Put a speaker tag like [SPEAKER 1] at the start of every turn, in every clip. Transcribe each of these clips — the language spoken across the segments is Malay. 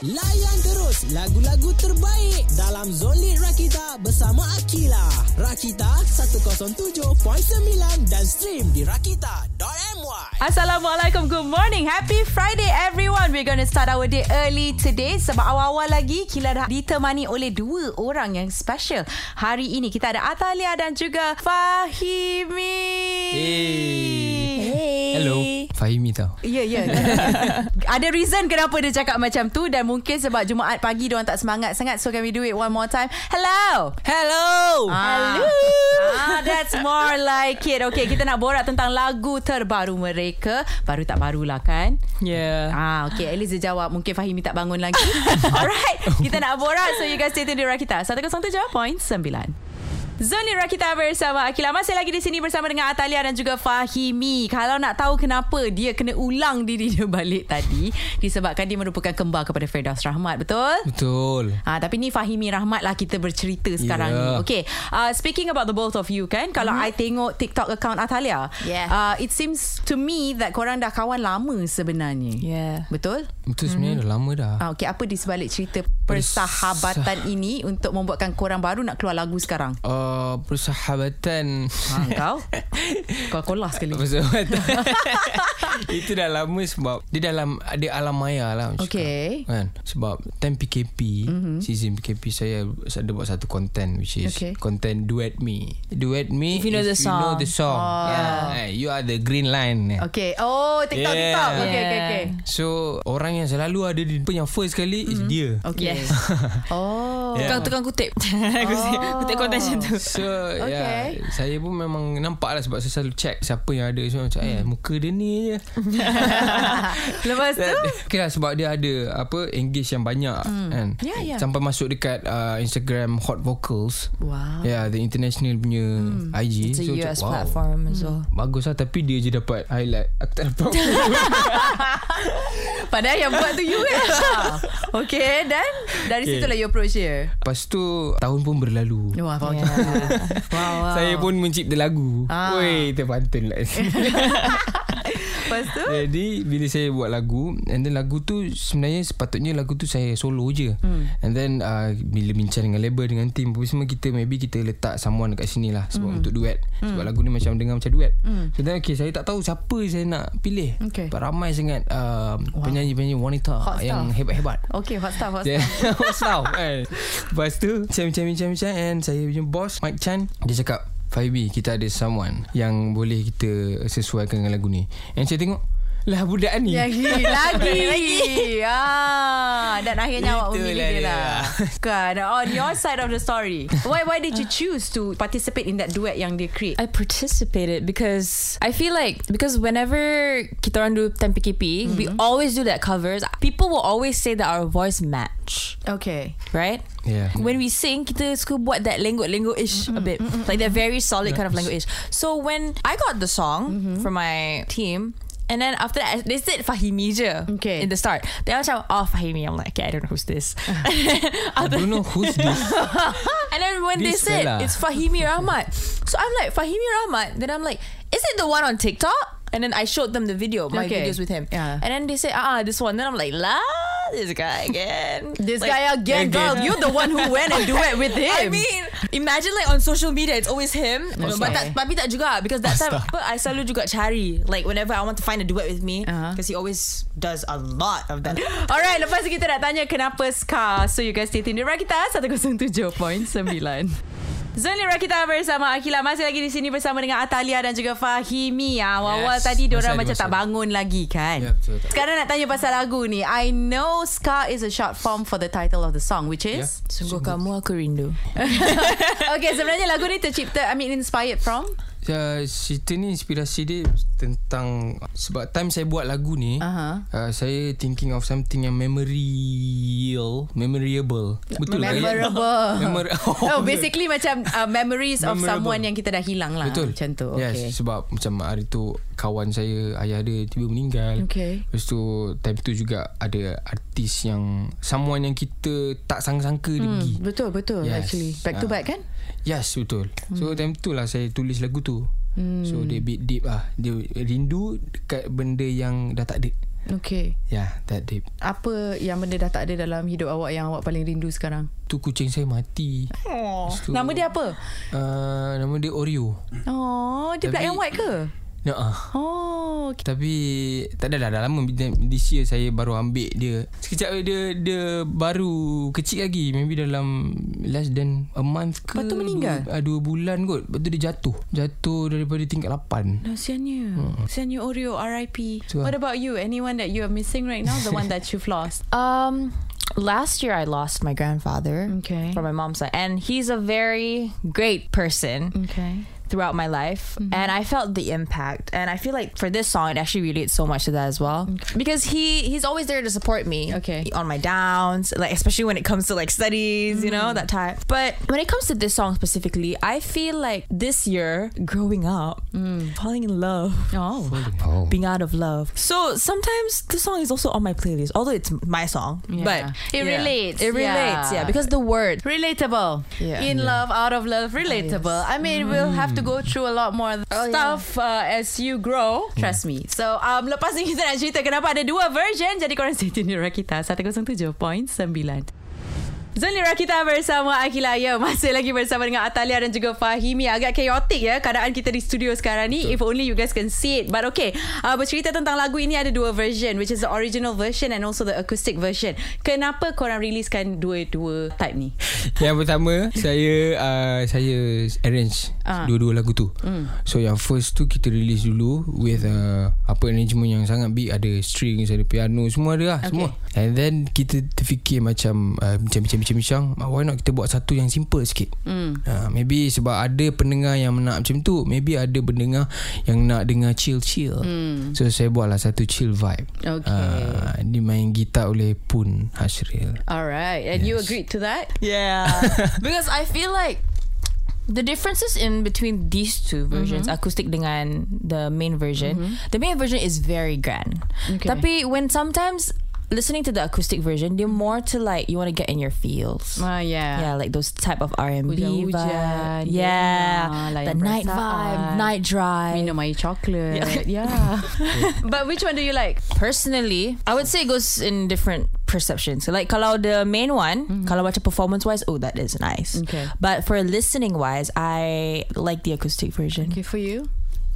[SPEAKER 1] Layan terus lagu-lagu terbaik dalam Zolit Rakita bersama Akila. Rakita 107.9 dan stream di rakita.my.
[SPEAKER 2] Assalamualaikum. Good morning. Happy Friday everyone. We're going to start our day early today sebab awal-awal lagi Kila dah ditemani oleh dua orang yang special. Hari ini kita ada Atalia dan juga Fahimi.
[SPEAKER 3] Hey. Hello. Fahimi tau.
[SPEAKER 2] Ya, ya. Ada reason kenapa dia cakap macam tu dan mungkin sebab Jumaat pagi dia orang tak semangat sangat so can we do it one more time? Hello.
[SPEAKER 4] Hello.
[SPEAKER 2] Ah. Ah, that's more like it. Okay, kita nak borak tentang lagu terbaru mereka. Baru tak barulah kan?
[SPEAKER 4] Yeah.
[SPEAKER 2] Ah, okay. At least dia jawab. Mungkin Fahimi tak bangun lagi. Alright. Kita nak borak. So, you guys stay tune di Rakita. 107.9. Zoni Rakita bersama Akila Masih lagi di sini bersama dengan Atalia dan juga Fahimi Kalau nak tahu kenapa dia kena ulang diri dia balik tadi Disebabkan dia merupakan kembar kepada Firdaus Rahmat Betul?
[SPEAKER 3] Betul.
[SPEAKER 2] Ah, tapi ni Fahimi Rahmat lah kita bercerita sekarang
[SPEAKER 3] Ya.
[SPEAKER 2] ni. Okay, uh, speaking about the both of you kan, kalau I tengok TikTok account Atalia,
[SPEAKER 4] Yeah.
[SPEAKER 2] uh, it seems to me that korang dah kawan lama sebenarnya.
[SPEAKER 4] Yeah.
[SPEAKER 2] Betul?
[SPEAKER 3] Itu sebenarnya dah lama dah.
[SPEAKER 2] Ah, okay, apa di sebalik cerita persahabatan ini untuk membuatkan korang baru nak keluar lagu sekarang?
[SPEAKER 3] Uh, persahabatan.
[SPEAKER 2] Ha, kau? kau kolah sekali.
[SPEAKER 3] Persahabatan. Itu dah lama sebab dia dalam ada alam maya lah. orang
[SPEAKER 2] Okay.
[SPEAKER 3] cakap. Kan? Sebab time PKP, mm-hmm. season PKP saya ada buat satu content which is
[SPEAKER 2] Okay.
[SPEAKER 3] okay. content duet me. Duet me
[SPEAKER 4] If you know the
[SPEAKER 3] You know
[SPEAKER 4] song.
[SPEAKER 3] the song. Oh. Yeah. You are the green line.
[SPEAKER 2] Okay. Oh, TikTok,
[SPEAKER 3] Yeah.
[SPEAKER 2] TikTok. Okay, okay, okay.
[SPEAKER 3] So orang yang selalu ada di depan yang first kali mm-hmm. is dia.
[SPEAKER 2] Okay.
[SPEAKER 4] Yes.
[SPEAKER 2] Oh.
[SPEAKER 4] Tukang tukang kutip. kutip, kutip konten macam tu.
[SPEAKER 3] So
[SPEAKER 2] Okay.
[SPEAKER 3] okay. yeah, saya pun memang nampak lah sebab saya selalu check siapa yang ada so macam eh muka dia ni je.
[SPEAKER 2] Lepas tu?
[SPEAKER 3] okay lah sebab dia ada apa engage yang banyak mm. kan.
[SPEAKER 2] Yeah, yeah.
[SPEAKER 3] Sampai masuk dekat uh, Instagram Hot Vocals.
[SPEAKER 2] Wow.
[SPEAKER 3] Yeah, the international punya IG.
[SPEAKER 4] It's a
[SPEAKER 3] macam,
[SPEAKER 4] US platform as
[SPEAKER 2] Hmm.
[SPEAKER 4] well.
[SPEAKER 3] Bagus lah tapi dia je dapat highlight. Aku tak dapat.
[SPEAKER 2] Padahal yang buat tu you kan Okay Dan Dari okay.
[SPEAKER 3] Okay.
[SPEAKER 2] situlah you approach dia
[SPEAKER 3] Lepas tu tahun pun berlalu.
[SPEAKER 2] Wah faham
[SPEAKER 4] Yeah.
[SPEAKER 2] Wow, wow.
[SPEAKER 3] Saya pun mencipta lagu.
[SPEAKER 2] Ah.
[SPEAKER 3] Woi, terpantun lah.
[SPEAKER 2] Lepas tu
[SPEAKER 3] Jadi Eh, bila saya buat lagu And then lagu tu Sebenarnya sepatutnya lagu tu Saya solo je hmm. And then uh, Bila bincang dengan label Dengan team apa semua Kita maybe kita letak Someone dekat sini lah Sebab hmm. untuk duet hmm. Sebab lagu ni macam Dengar macam duet hmm. So then okay Saya tak tahu siapa saya nak pilih
[SPEAKER 2] Okay.
[SPEAKER 3] Sebab ramai sangat uh, wow. Penyanyi-penyanyi wanita
[SPEAKER 2] Hot
[SPEAKER 3] Yang
[SPEAKER 2] stuff.
[SPEAKER 3] hebat-hebat
[SPEAKER 2] Okay hot stuff, hot
[SPEAKER 3] Yeah,
[SPEAKER 2] stuff.
[SPEAKER 3] What's now eh. Lepas tu Bincang-bincang-bincang And saya punya boss Mike Chan Dia cakap Faibi kita ada someone Yang boleh kita Sesuaikan dengan lagu ni And saya tengok Lah budak ni
[SPEAKER 2] Lagi Lagi ah, Dan akhirnya awak memilih
[SPEAKER 3] Itulah
[SPEAKER 2] dia
[SPEAKER 3] dia.
[SPEAKER 2] lah Kan On your side of the story Why why did you choose to Participate in that duet Yang dia create
[SPEAKER 4] I participated because I feel like because whenever kita orang do time PKP, we always do that covers. People will always say that our voice match,
[SPEAKER 2] Okay
[SPEAKER 4] right?
[SPEAKER 3] Yeah.
[SPEAKER 4] When we sing, kita suka buat that lenggok-lenggok-ish a bit. Like that very solid kind of lenggok-ish. So when I got the song from my team, and then after that, they said Fahimi je
[SPEAKER 2] Okay.
[SPEAKER 4] in the start. They were like, oh, Fahimi. I'm like, okay, I don't know who's this.
[SPEAKER 3] I don't know who's this
[SPEAKER 4] And then when
[SPEAKER 3] This
[SPEAKER 4] they said
[SPEAKER 3] fella.
[SPEAKER 4] it's Fahimi Rahmat, so I'm like Fahimi Rahmat. Then I'm like, is it the one on TikTok? And then I showed them the video, my
[SPEAKER 2] Okay.
[SPEAKER 4] videos with him.
[SPEAKER 2] Yeah.
[SPEAKER 4] And then they say, ah, this one. Then I'm like, la, this guy again.
[SPEAKER 2] This
[SPEAKER 4] Like,
[SPEAKER 2] guy again,
[SPEAKER 3] again.
[SPEAKER 2] girl You the one who went and duet with him
[SPEAKER 4] I mean, imagine like on social media, it's always him.
[SPEAKER 2] Okay.
[SPEAKER 4] But that, tapi tak juga because that time apa, I selalu juga cari like whenever I want to find a duet with me
[SPEAKER 2] Uh-huh.
[SPEAKER 4] because he always does a lot of that.
[SPEAKER 2] Alright, lepas tu kita nak tanya kenapa Ska. So you guys stay tune di Rakita 107.9. Zoni Rakita bersama Akila masih lagi di sini bersama dengan Atalia dan juga Fahimi. Ah, Awal-awal
[SPEAKER 3] Yes.
[SPEAKER 2] tadi diorang macam
[SPEAKER 3] Masih ada,
[SPEAKER 2] tak
[SPEAKER 3] masih ada.
[SPEAKER 2] bangun lagi kan?
[SPEAKER 3] Ya, betul, tak.
[SPEAKER 2] Sekarang nak tanya pasal lagu ni. I know Ska is a short form for the title of the song which is
[SPEAKER 4] Sungguh kamu aku rindu.
[SPEAKER 2] Okay, sebenarnya lagu ni tercipta I mean inspired from
[SPEAKER 3] uh, Cerita ni inspirasi dia Tentang Sebab time saya buat lagu ni
[SPEAKER 2] Aha.
[SPEAKER 3] uh, Saya thinking of something yang memorial Memorable Betul lah, ya?
[SPEAKER 2] memorable.
[SPEAKER 3] Memor-
[SPEAKER 2] Oh, basically macam uh, memories of
[SPEAKER 3] Memorable.
[SPEAKER 2] someone yang kita dah hilang lah.
[SPEAKER 3] Betul
[SPEAKER 2] Macam tu.
[SPEAKER 3] Yes
[SPEAKER 2] Okay.
[SPEAKER 3] Sebab macam hari tu Kawan saya Ayah dia tiba meninggal
[SPEAKER 2] Okay.
[SPEAKER 3] Lepas tu Time tu juga Ada artis yang Someone yang kita Tak sangka-sangka hmm. dia pergi
[SPEAKER 2] Betul, betul
[SPEAKER 3] Yes.
[SPEAKER 2] actually. Back to
[SPEAKER 3] Ah.
[SPEAKER 2] back kan?
[SPEAKER 3] Yes betul So
[SPEAKER 2] Hmm.
[SPEAKER 3] time tu lah Saya tulis lagu tu So dia bit deep lah Dia rindu Dekat benda yang Dah tak ada
[SPEAKER 2] Okay.
[SPEAKER 3] Yeah that deep
[SPEAKER 2] Apa yang benda dah tak ada dalam hidup awak yang awak paling rindu sekarang?
[SPEAKER 3] Tu kucing saya mati Lepas tu,
[SPEAKER 2] Nama dia apa?
[SPEAKER 3] uh, Nama dia Oreo
[SPEAKER 2] Oh, dia black
[SPEAKER 3] Tapi-
[SPEAKER 2] and white ke?
[SPEAKER 3] Ya ah.
[SPEAKER 2] Oh, okay.
[SPEAKER 3] Tapi Tak adalah dah lama This year saya baru ambil dia Sekejap dia Dia baru Kecil lagi Maybe dalam Less than A month ke
[SPEAKER 2] Lepas tu meninggal?
[SPEAKER 3] Dua, ah, dua bulan kot Lepas tu dia jatuh Jatuh daripada tingkat 8
[SPEAKER 2] Nasiannya. Hmm. Siannya Oreo RIP.
[SPEAKER 3] Tu lah.
[SPEAKER 2] What about you? Anyone that you are missing right now? The one that you've lost?
[SPEAKER 4] Um, last year I lost my grandfather
[SPEAKER 2] Okay.
[SPEAKER 4] from my mom's side, and he's a very great person.
[SPEAKER 2] Okay.
[SPEAKER 4] throughout my life
[SPEAKER 2] Mm-hmm.
[SPEAKER 4] and I felt the impact and I feel like for this song it actually relates so much to that as well because he he's always there to support me
[SPEAKER 2] Okay.
[SPEAKER 4] on my downs like especially when it comes to like studies
[SPEAKER 2] Mm-hmm.
[SPEAKER 4] you know that type but when it comes to this song specifically I feel like this year growing up
[SPEAKER 2] Mm.
[SPEAKER 4] falling in love
[SPEAKER 2] Oh.
[SPEAKER 3] Oh
[SPEAKER 4] being out of love so sometimes this song is also on my playlist although it's my song
[SPEAKER 2] Yeah.
[SPEAKER 4] but
[SPEAKER 2] It
[SPEAKER 4] yeah.
[SPEAKER 2] relates,
[SPEAKER 4] it relates
[SPEAKER 2] yeah.
[SPEAKER 4] yeah because the word
[SPEAKER 2] Relatable.
[SPEAKER 4] Yeah. Mm.
[SPEAKER 2] In love, out of love, relatable. I mean, we'll have to go through a lot more
[SPEAKER 4] Oh,
[SPEAKER 2] stuff uh, as you grow. Trust me. So, um, lepas ni kita nak cerita kenapa ada dua version. Jadi korang stay tune di Rakita 107.9. Zoli Rakita bersama Akila Ya Masih lagi bersama dengan Atalia dan juga Fahimi Agak chaotic ya keadaan kita di studio sekarang ni If only you guys can see it But okay uh, Bercerita tentang lagu ini ada dua version Which is the original version and also the acoustic version Kenapa korang riliskan dua-dua type ni?
[SPEAKER 3] Yang pertama Saya uh, Saya arrange
[SPEAKER 2] Ah.
[SPEAKER 3] Dua-dua lagu tu mm. So yang first tu Kita release dulu With uh, Apa arrangement yang sangat big Ada strings Ada piano Semua ada lah okay. Semua And then Kita terfikir macam uh, Bincang-bincang-bincang uh, Why not kita buat satu yang simple sikit
[SPEAKER 2] Hmm.
[SPEAKER 3] mm. uh, Maybe sebab ada pendengar Yang nak macam tu Maybe ada pendengar Yang nak dengar chill-chill mm. So saya buat lah Satu chill vibe
[SPEAKER 2] Hmm. Okay.
[SPEAKER 3] uh, Dimain gitar oleh Pun Hashril
[SPEAKER 2] Alright And you
[SPEAKER 3] Yes.
[SPEAKER 2] agreed to that?
[SPEAKER 4] Yeah. because I feel like the differences in between these two versions,
[SPEAKER 2] Mm-hmm.
[SPEAKER 4] acoustic dengan the main version, the main version is very grand.
[SPEAKER 2] Okay.
[SPEAKER 4] Tapi when sometimes listening to the acoustic version, they're more to like you want to get in your feels.
[SPEAKER 2] Ah yeah.
[SPEAKER 4] Yeah, like those type of R and B
[SPEAKER 2] Hujan-hujan,
[SPEAKER 4] vibe. Yeah,
[SPEAKER 2] yeah. Layan
[SPEAKER 4] the night
[SPEAKER 2] perasaan.
[SPEAKER 4] vibe, night drive.
[SPEAKER 2] Minum air coklat Yeah, But which one do you like?
[SPEAKER 4] Personally, I would say it goes in different perceptions. So like kalau the main one, kalau macam performance wise, oh that is nice.
[SPEAKER 2] Mm-hmm. Okay.
[SPEAKER 4] But for listening wise, I like the acoustic version.
[SPEAKER 2] Okay for you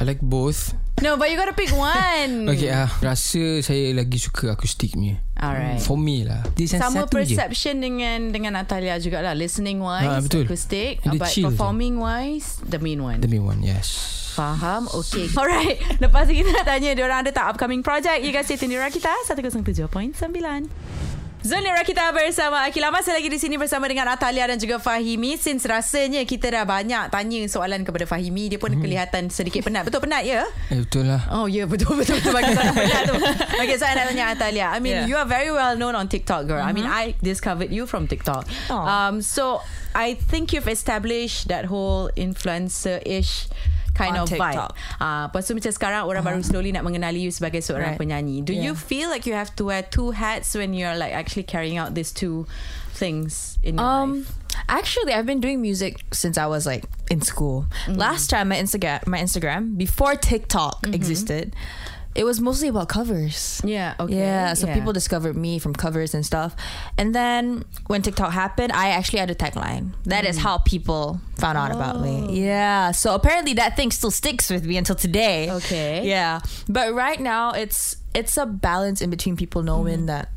[SPEAKER 3] I like both
[SPEAKER 2] No but you gotta pick one
[SPEAKER 3] Okay ah Rasa saya lagi suka akustik punya
[SPEAKER 2] Alright
[SPEAKER 3] For me lah Dia
[SPEAKER 2] Hmm. sama
[SPEAKER 3] satu je
[SPEAKER 2] perception dengan dengan Natalia jugalah listening wise
[SPEAKER 3] Ah, betul.
[SPEAKER 2] acoustic
[SPEAKER 3] Dia
[SPEAKER 2] but
[SPEAKER 3] chill je.
[SPEAKER 2] performing wise the main one
[SPEAKER 3] The main one yes
[SPEAKER 2] faham okay alright lepas ni kita nak tanya diorang ada tak upcoming project you guys stay tuned di Rakita 107.9 Zone Rakita bersama Akila Masih lagi di sini bersama dengan Atalia dan juga Fahimi Since rasanya kita dah banyak tanya soalan kepada Fahimi Dia pun kelihatan sedikit penat Betul penat ya?
[SPEAKER 3] eh, Betul lah
[SPEAKER 2] Oh yeah betul betul betul bagi saya penat tu. Okay so I nak tanya Atalia. I mean yeah.
[SPEAKER 4] Yeah. Mm-hmm.
[SPEAKER 2] you are very well known on TikTok girl. I mean I discovered you from TikTok.
[SPEAKER 4] Aw.
[SPEAKER 2] Um so I think you've established that whole influencer-ish kind
[SPEAKER 4] On
[SPEAKER 2] of
[SPEAKER 4] TikTok. Uh-huh.
[SPEAKER 2] vibe. Ah uh, lepas tu macam sekarang orang baru slowly nak mengenali you sebagai seorang
[SPEAKER 4] Right.
[SPEAKER 2] penyanyi. Do you
[SPEAKER 4] Yeah.
[SPEAKER 2] feel like you have to wear two hats when you're like actually carrying out these two things in your
[SPEAKER 4] Um,
[SPEAKER 2] life?
[SPEAKER 4] actually, I've been doing music since I was like in school.
[SPEAKER 2] Mm-hmm.
[SPEAKER 4] Last time my Instagram, my Instagram before TikTok existed, it was mostly about covers.
[SPEAKER 2] Yeah, okay.
[SPEAKER 4] Yeah, so people discovered me from covers and stuff. And then when TikTok happened, I actually had a tagline. That
[SPEAKER 2] Mm.
[SPEAKER 4] is how people found out
[SPEAKER 2] Oh.
[SPEAKER 4] about me. Yeah, so apparently that thing still sticks with me until today.
[SPEAKER 2] Okay.
[SPEAKER 4] Yeah, but right now it's it's a balance in between people knowing that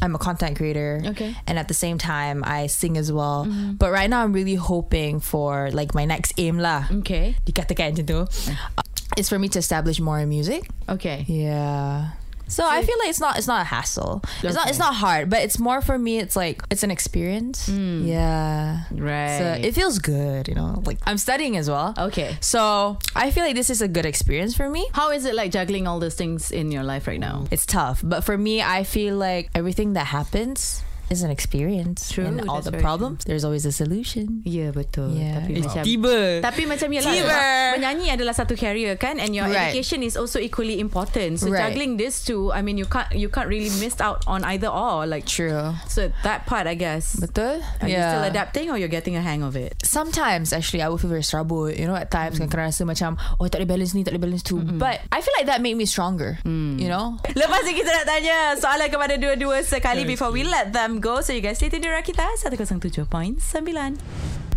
[SPEAKER 4] I'm a content creator.
[SPEAKER 2] Mm-hmm. Okay. Mm-hmm.
[SPEAKER 4] And at the same time, I sing as well. But right now, I'm really hoping for like my next aim lah.
[SPEAKER 2] Okay.
[SPEAKER 4] Dikatakan macam tu.
[SPEAKER 2] Mm.
[SPEAKER 4] Uh, Is for me to establish more in music.
[SPEAKER 2] Okay.
[SPEAKER 4] Yeah. So I feel like it's not it's not a hassle. It's not it's not hard, but it's more for me. It's like it's an experience. Yeah.
[SPEAKER 2] Mm. Right.
[SPEAKER 4] So it feels good, you know. Like I'm studying as well.
[SPEAKER 2] okay.
[SPEAKER 4] So I feel like this is a good experience for me.
[SPEAKER 2] How is it like juggling all those things in your life right now?
[SPEAKER 4] It's tough, but for me, I feel like everything that happens It's an experience.
[SPEAKER 2] True,
[SPEAKER 4] and all
[SPEAKER 2] that's
[SPEAKER 4] the
[SPEAKER 2] very
[SPEAKER 4] problems, there's always a solution.
[SPEAKER 2] Ya yeah, betul
[SPEAKER 4] Yeah.
[SPEAKER 2] Tapi
[SPEAKER 4] Eh,
[SPEAKER 2] macam
[SPEAKER 3] Tiba
[SPEAKER 2] Tapi macam yelah
[SPEAKER 4] Tiba.
[SPEAKER 2] sebab Menyanyi adalah satu career kan And your
[SPEAKER 4] Right.
[SPEAKER 2] education is also equally important So
[SPEAKER 4] Right.
[SPEAKER 2] juggling this two I mean you can't You can't really miss out on either or Like
[SPEAKER 4] True.
[SPEAKER 2] So that part I guess
[SPEAKER 4] Betul?
[SPEAKER 2] Are you still adapting Or you're getting a hang of it
[SPEAKER 4] sometimes actually I would feel very serabut you know at times mm. kan kena rasa macam oh tak ada balance ni tak ada balance tu but I feel like that made me stronger
[SPEAKER 2] Mm.
[SPEAKER 4] you know
[SPEAKER 2] Lepas ni kita nak tanya Soalan kepada dua-dua sekali
[SPEAKER 3] Okay.
[SPEAKER 2] Before we let them go So you guys stay tuned di Rakita 107.9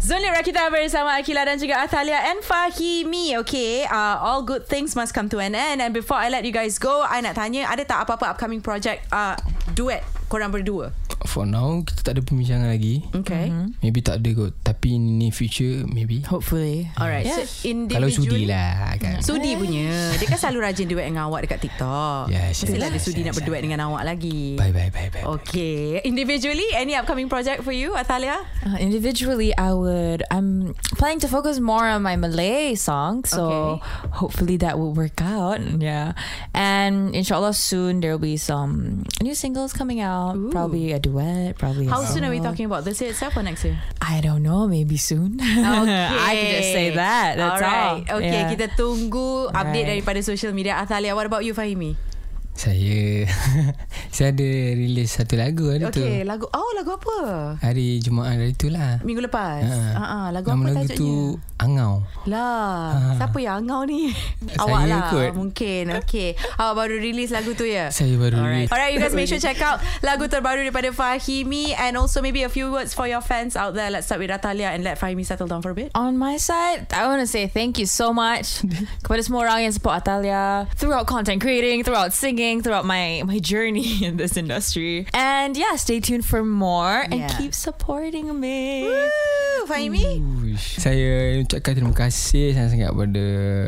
[SPEAKER 2] Zonli Rakita bersama Akila dan juga Atalia and Fahimi Okay uh, All good things must come to an end And before I let you guys go I nak tanya Ada tak apa-apa upcoming project uh, Duet Korang berdua
[SPEAKER 3] For now Kita tak ada perbincangan lagi
[SPEAKER 2] Okay mm-hmm.
[SPEAKER 3] Maybe tak ada kot Tapi ni future Maybe
[SPEAKER 4] hopefully
[SPEAKER 2] Mm-hmm. Alright yeah. so
[SPEAKER 3] Kalau
[SPEAKER 2] individually
[SPEAKER 3] sudi lah kan
[SPEAKER 2] Sudi punya Dia kan selalu rajin duet dengan awak Dekat TikTok
[SPEAKER 3] Yes,
[SPEAKER 2] Mestilah
[SPEAKER 3] yes,
[SPEAKER 2] ada Sudi
[SPEAKER 3] yes,
[SPEAKER 2] nak
[SPEAKER 3] yes,
[SPEAKER 2] berduet
[SPEAKER 3] yes.
[SPEAKER 2] dengan awak lagi
[SPEAKER 3] Bye bye bye bye
[SPEAKER 2] Okay. Individually, any upcoming project for you, Atalia?
[SPEAKER 4] Uh, individually, I would. I'm planning to focus more on my Malay song, so
[SPEAKER 2] Okay.
[SPEAKER 4] hopefully that will work out. Yeah, and inshallah soon there will be some new singles coming out.
[SPEAKER 2] Ooh.
[SPEAKER 4] Probably a duet. Probably. a
[SPEAKER 2] How soon are we
[SPEAKER 4] single.
[SPEAKER 2] talking about? This year itself or next year?
[SPEAKER 4] I don't know. Maybe soon. I can just say that. That's
[SPEAKER 2] Alright.
[SPEAKER 4] all.
[SPEAKER 2] Okay,
[SPEAKER 4] Yeah.
[SPEAKER 2] kita tunggu update
[SPEAKER 4] Right.
[SPEAKER 2] daripada social media. Atalia, what about you, Fahimi?
[SPEAKER 3] Saya Saya ada release satu lagu hari tu
[SPEAKER 2] Okay, lagu. Oh, lagu apa?
[SPEAKER 3] Hari Jumaat hari tu lah
[SPEAKER 2] Minggu lepas.
[SPEAKER 3] Ha.
[SPEAKER 2] Ha ah, lagu
[SPEAKER 3] Nama
[SPEAKER 2] apa
[SPEAKER 3] lagu
[SPEAKER 2] tajuknya?
[SPEAKER 3] tu Angau
[SPEAKER 2] Lah,
[SPEAKER 3] Ha.
[SPEAKER 2] siapa yang angau ni?
[SPEAKER 3] Saya
[SPEAKER 2] Awak lah
[SPEAKER 3] kot.
[SPEAKER 2] mungkin. Okay. Awak baru release lagu tu ya?
[SPEAKER 3] Saya baru
[SPEAKER 2] Alright.
[SPEAKER 3] release.
[SPEAKER 2] Alright, you guys make sure check out lagu terbaru daripada Fahimi and also maybe a few words for your fans out there. Let's start with Atalia and let Fahimi settle down for a bit.
[SPEAKER 4] on my side, I want to say thank you so much kepada semua orang yang support Atalia throughout content creating, throughout singing, throughout my my journey in this industry. And yeah, stay tuned for more
[SPEAKER 2] Yeah.
[SPEAKER 4] and keep supporting me.
[SPEAKER 2] Woo,
[SPEAKER 3] Hmm.
[SPEAKER 2] Fahimi.
[SPEAKER 3] Uish. Saya ucapkan terima kasih sangat-sangat kepada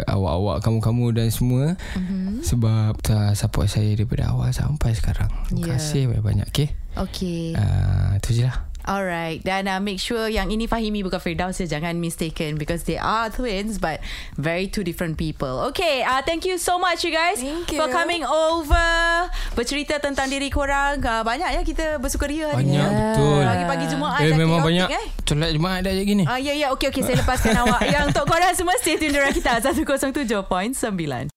[SPEAKER 3] awak-awak kamu-kamu dan semua mm-hmm. sebab telah support saya daripada awal sampai sekarang. Terima
[SPEAKER 2] Yeah.
[SPEAKER 3] yeah. kasih banyak-banyak. Okay.
[SPEAKER 2] Okay.
[SPEAKER 3] Uh, itu je lah.
[SPEAKER 2] Alright. Dan uh, make sure yang ini Fahimi bukan Firdaus ya. Jangan mistaken because they are twins but very two different people. Okay. Uh, thank you so much you guys
[SPEAKER 4] Thank
[SPEAKER 2] for
[SPEAKER 4] you.
[SPEAKER 2] coming over. Bercerita tentang diri korang. Uh, banyak ya kita bersukaria hari
[SPEAKER 3] Banyak
[SPEAKER 2] ni.
[SPEAKER 3] betul.
[SPEAKER 2] Pagi-pagi Jumaat
[SPEAKER 3] eh
[SPEAKER 2] dah
[SPEAKER 3] memang
[SPEAKER 2] chaotic,
[SPEAKER 3] banyak. Solat Jumaat dah je gini.
[SPEAKER 2] Ah, ya, ya. Okey, okey. Saya lepaskan awak. Yang untuk korang semua, stay tune di Rakita 107.9.